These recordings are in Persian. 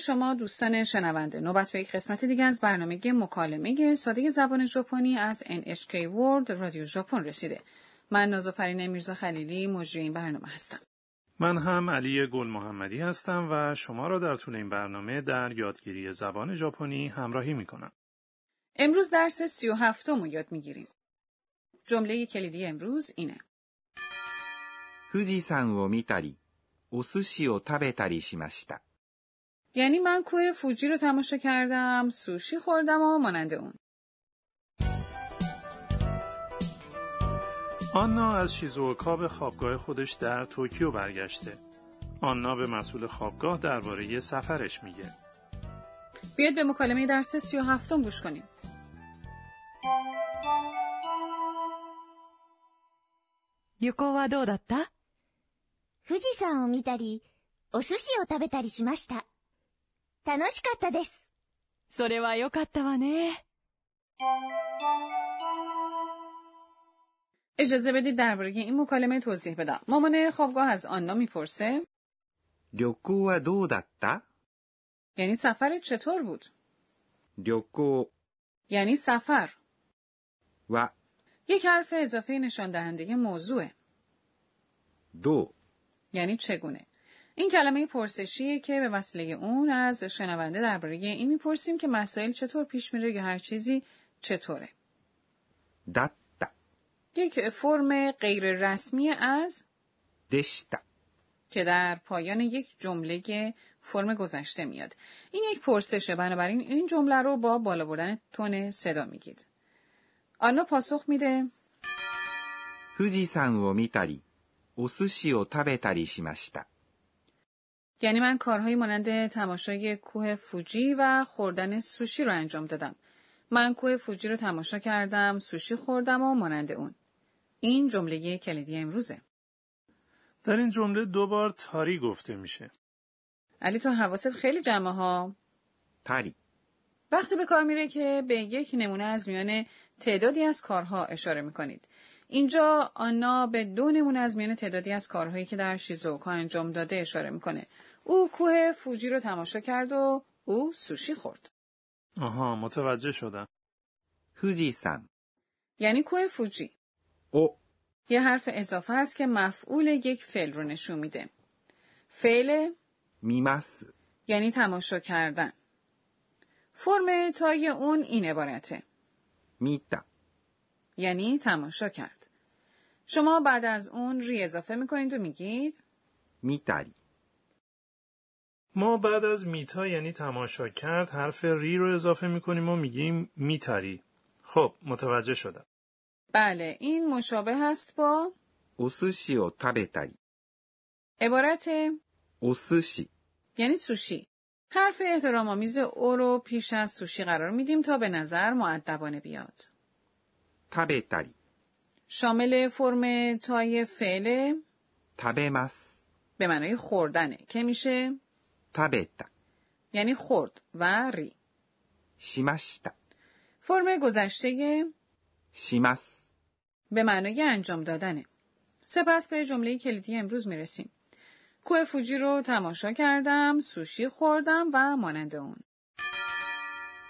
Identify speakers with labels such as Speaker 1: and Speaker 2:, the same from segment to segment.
Speaker 1: شما دوستان شنونده نوبت به یک قسمت دیگه از برنامه مکالمه ساده زبان ژاپنی از NHK World رادیو ژاپن رسیده من نازافرین میرزا خلیلی مجری این برنامه هستم
Speaker 2: من هم علی گل محمدی هستم و شما را در طول این برنامه در یادگیری زبان ژاپنی همراهی می کنم.
Speaker 1: امروز درس سی و هفتم رو یاد میگیریم. جمله کلیدی امروز اینه.
Speaker 3: 富士山を見たり、お寿司を食べたりしました。
Speaker 1: یعنی من کوه فوجی رو تماشا کردم، سوشی خوردم و مانند اون.
Speaker 2: آنا از شیزوکا به خوابگاه خودش در توکیو برگشته. آنا به مسئول خوابگاه درباره سفرش میگه.
Speaker 1: بیاید به مکالمه درس سی و هفتم گوش کنیم.
Speaker 4: 旅行はどうだった
Speaker 5: 富士山を見たり、お寿司を食べたりしました。楽しかったです。
Speaker 4: それは良かったわね。
Speaker 1: اجازه بدید درباره این مکالمه توضیح بدم. مامان خوابگاه از آنا میپرسه
Speaker 3: 旅行はどうだった
Speaker 1: یعنی سفرت چطور بود؟
Speaker 3: 旅行
Speaker 1: یعنی سفر
Speaker 3: は
Speaker 1: یک حرف اضافه نشان دهنده موضوعه
Speaker 3: ど
Speaker 1: یعنی چگونه این کلمه پرسشیه که به وسیله اون از شنونده درباره این میپرسیم که مسائل چطور پیش میره یا هر چیزی چطوره
Speaker 3: うだった、
Speaker 1: یک فرم غیر رسمی از
Speaker 3: でした、
Speaker 1: که در پایان یک جمله فرم گذشته میاد این یک پرسشه بنابراین این جمله رو با بالا بردن تون صدا میگید آنا پاسخ میده
Speaker 3: 富士山を見たり、お寿司を食べたりしました。
Speaker 1: یعنی من کارهایی مانند تماشای کوه فوجی و خوردن سوشی رو انجام دادم. من کوه فوجی رو تماشا کردم، سوشی خوردم و مانند اون. این جمله کلیدی امروزه.
Speaker 2: در این جمله دو بار تاری گفته میشه.
Speaker 1: علی تو حواست خیلی جمعه ها.
Speaker 3: たり、
Speaker 1: وقتی به کار میره که به یک نمونه از میان تعدادی از کارها اشاره میکنید. اینجا آنا به دو نمونه از میان تعدادی از کارهایی که در شیزوکا انجام داده اشاره میکنه. او کوه فوجی رو تماشا کرد و او سوشی خورد.
Speaker 2: آها متوجه شدم.
Speaker 3: 富士山
Speaker 1: یعنی کوه فوجی.
Speaker 3: を
Speaker 1: یه حرف اضافه است که مفعول یک فعل رو نشون میده. فعل
Speaker 3: 見ます。
Speaker 1: یعنی تماشا کردن. فرم تای اون این عبارته.
Speaker 3: 見た、
Speaker 1: یعنی تماشا کرد. شما بعد از اون ری اضافه میکنید و میگید
Speaker 3: 見たり、
Speaker 2: ما بعد از میتا یعنی تماشا کرد حرف ری رو اضافه میکنیم و میگیم میتری. خب متوجه شدم.
Speaker 1: بله این مشابه هست با
Speaker 3: お寿司を食べたり、
Speaker 1: عبارت
Speaker 3: お寿司
Speaker 1: یعنی سوشی. حرف احترام آمیز او رو پیش از سوشی قرار میدیم تا به نظر معدبانه بیاد.
Speaker 3: 食べたり、
Speaker 1: شامل فرم تای فعل
Speaker 3: 食べます、
Speaker 1: به معنای خوردنه که میشه
Speaker 3: 食べた、
Speaker 1: یعنی خورد و ری.
Speaker 3: しました、
Speaker 1: فرم گذشته
Speaker 3: します、
Speaker 1: به معنای انجام دادنه. سپس به جمله کلیدی امروز میرسیم. کوه فوجی رو تماشا کردم، سوشی خوردم و مانند اون.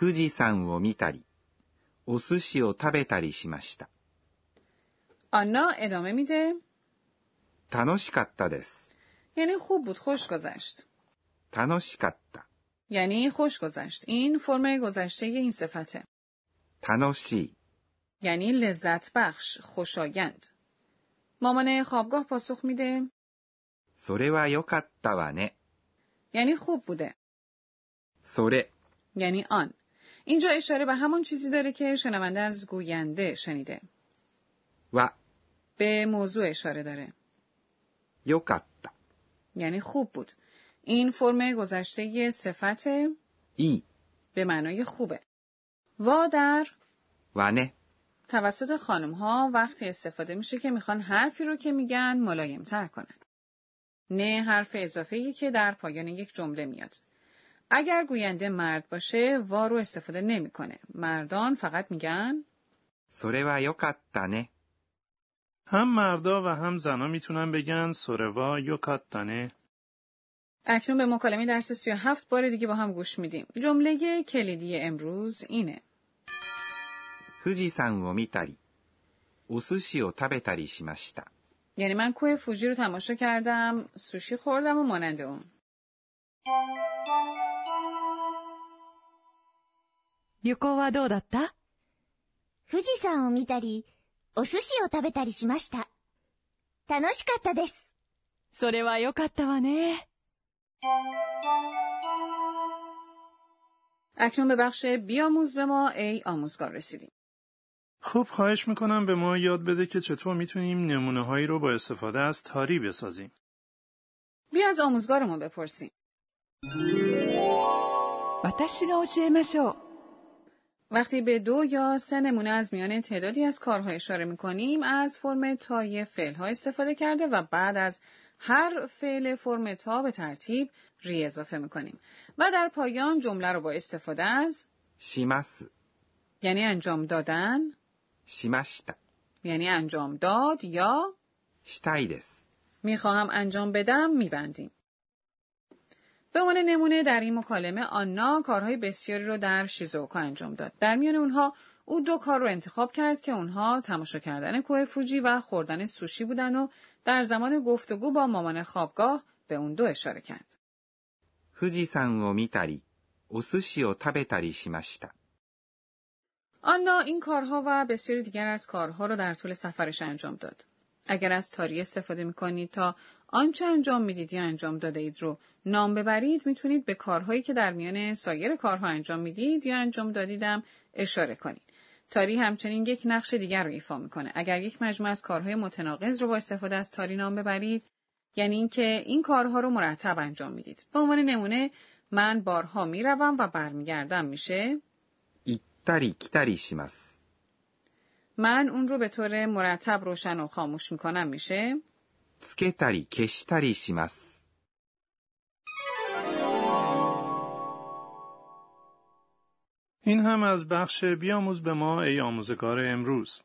Speaker 3: 富士山を見たり、お寿司を食べたりしました。
Speaker 1: آنا ادامه میده
Speaker 3: 楽しかったです。
Speaker 1: یعنی خوب بود خوش گذشت.
Speaker 3: 楽しかった。
Speaker 1: یعنی خوش گذشت. این فرم گذشته این صفته.
Speaker 3: 楽しい。
Speaker 1: یعنی لذت بخش، خوشایند. مامان خوابگاه پاسخ میده
Speaker 3: それは良かったわね。
Speaker 1: یعنی خوب بوده.
Speaker 3: それ
Speaker 1: یعنی آن. اینجا اشاره به همون چیزی داره که شنونده از گوینده شنیده.
Speaker 3: は
Speaker 1: به موضوع اشاره داره.
Speaker 3: 良かった。
Speaker 1: یعنی خوب بود. این فرم گذشته یه صفت
Speaker 3: いい
Speaker 1: به معنای خوبه. وا در
Speaker 3: わね。
Speaker 1: توسط خانم ها وقتی استفاده میشه که میخوان حرفی رو که میگن ملایم تر کنن. نه حرف اضافه که در پایان یک جمله میاد. اگر گوینده مرد باشه وا رو استفاده نمیکنه. مردان فقط میگن
Speaker 3: それは良かったね。
Speaker 2: هم مردا و هم زنا میتونن بگن سوروا یوکاتانه
Speaker 1: اکنون به مکالمه درس 37 بار دیگه با هم گوش میدیم. جمله کلیدی امروز اینه.
Speaker 3: 富士山を見たり、お寿司を食べたりしました。
Speaker 1: یعنی من کوه فوجی رو تماشا کردم، سوشی خوردم و مانند اون.
Speaker 4: 旅行はどうだった
Speaker 5: 富士山を見たり、お寿司を食べたりしました。楽しかったです。
Speaker 4: それは良かったわね。
Speaker 1: اکنون به بخش بیاموز به ما ای آموزگار رسیدیم.
Speaker 2: خب خواهش میکنم به ما یاد بده که چطور میتونیم نمونه هایی رو با استفاده از تاری بسازیم.
Speaker 1: بیا از آموزگارمون بپرسیم.
Speaker 4: 私が教えましょう。
Speaker 1: وقتی به دو یا سه نمونه از میان تعدادی از کارها اشاره می کنیم از فرم تای فعل ها استفاده کرده و بعد از هر فعل فرم تا به ترتیب ری اضافه می کنیم و در پایان جمله رو با استفاده از
Speaker 3: します、
Speaker 1: یعنی انجام دادن
Speaker 3: しました、
Speaker 1: یعنی انجام داد یا
Speaker 3: したいです。
Speaker 1: میخواهم انجام بدم میبندیم. به عنوان نمونه در این مکالمه آنا کارهای بسیاری رو در شیزوکا انجام داد. در میان اونها او دو کار رو انتخاب کرد که اونها تماشا کردن کوه فوجی و خوردن سوشی بودن و در زمان گفتگو با مامان خوابگاه به اون دو اشاره کرد.
Speaker 3: 富士山を見たり、お寿司を食べたりしました。
Speaker 1: آنا این کارها و بسیاری دیگر از کارها رو در طول سفرش انجام داد. اگر از تاری استفاده می کنید تا آنچه انجام میدید یا انجام داده اید رو نام ببرید میتونید به کارهایی که در میان سایر کارها انجام میدید یا انجام دادیدم اشاره کنید. تاری همچنین یک نقش دیگر رو ایفا میکنه. اگر یک مجموعه از کارهای متناقض رو با استفاده از تاری نام ببرید یعنی اینکه این کارها رو مرتب انجام میدید. به عنوان نمونه من بارها میروم و برمیگردم میشه
Speaker 3: 行ったり来たりします。
Speaker 1: من اون رو به طور مرتب روشن و خاموش میکنم میشه
Speaker 3: つけたり消したりします。
Speaker 2: این هم از بخش بیاموز به ما ای آموزگار امروز.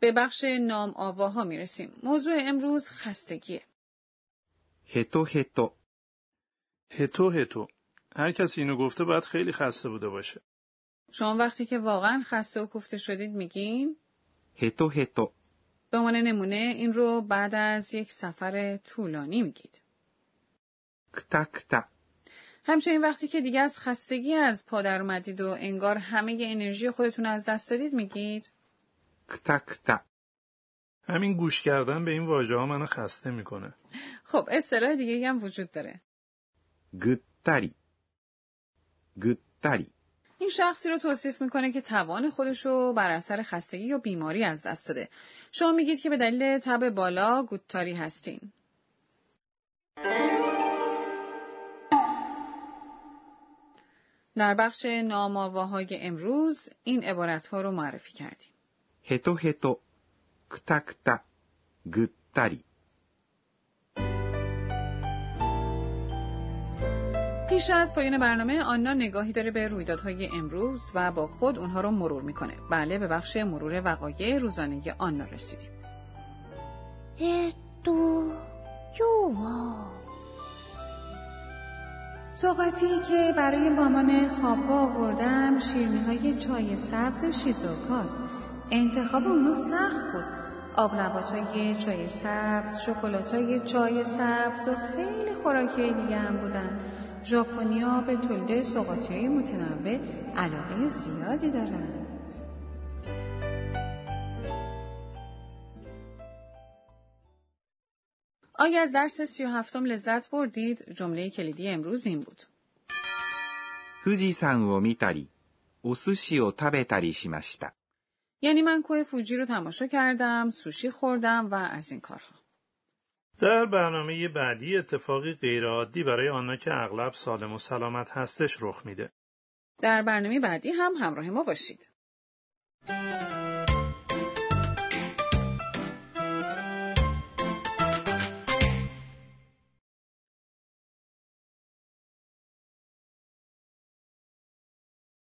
Speaker 1: به بخش نام آواها میرسیم موضوع امروز خستگیه
Speaker 3: ヘトヘト、
Speaker 2: هتو هتو هر کسی اینو گفته باید خیلی خسته بوده باشه.
Speaker 1: شما وقتی که واقعا خسته و کوفته شدید میگین
Speaker 3: ヘトヘト、
Speaker 1: به عنوان نمونه این رو بعد از یک سفر طولانی میگید
Speaker 3: くたくた、
Speaker 1: همچنین وقتی که دیگه از خستگی از پا در اومدید و انگار همه ی انرژی خودتون رو از دست دادید میگید
Speaker 3: くたくた、
Speaker 2: همین گوش کردن به این واژه ها منو خسته میکنه.
Speaker 1: خب اصطلاح دیگه هم وجود داره
Speaker 3: ぐったり、ぐったり、
Speaker 1: این شخصی رو توصیف میکنه که توان خودش رو بر اثر خستگی یا بیماری از دست داده. شما میگید که به دلیل تب بالا گودتاری هستین. در بخش نامآواهای امروز این عبارت ها رو معرفی کردیم.
Speaker 3: ヘトヘト、くたくた、ぐったり、
Speaker 1: پیش از پایان برنامه آنا نگاهی داره به رویدادهای امروز و با خود اونها رو مرور میکنه. بله به بخش مرور وقایع روزانه آنا رسیدیم.
Speaker 5: えーっと、今日は、
Speaker 1: سوغاتی که برای مامان خوابگاه آوردم شیرنی های چای سبز شیزوکاست انتخاب اونو سخت بود آبلبات های چای سبز شکلات های چای سبز و خیلی خوراکی های دیگه هم بودن ژاپنیا به تولید سوغاتی های متنوع علاقه زیادی دارن آیا از درس سی و هفتم لذت بردید؟ جمله کلیدی امروز این بود.
Speaker 3: 富士山を見たり、お寿司を食べたりしました。
Speaker 1: یعنی من کوه فوجی رو تماشا کردم، سوشی خوردم و از این کارها.
Speaker 2: در برنامه بعدی اتفاقی غیرعادی برای آنها که اغلب سالم و سلامت هستش رخ میده.
Speaker 1: در برنامه بعدی هم همراه ما باشید.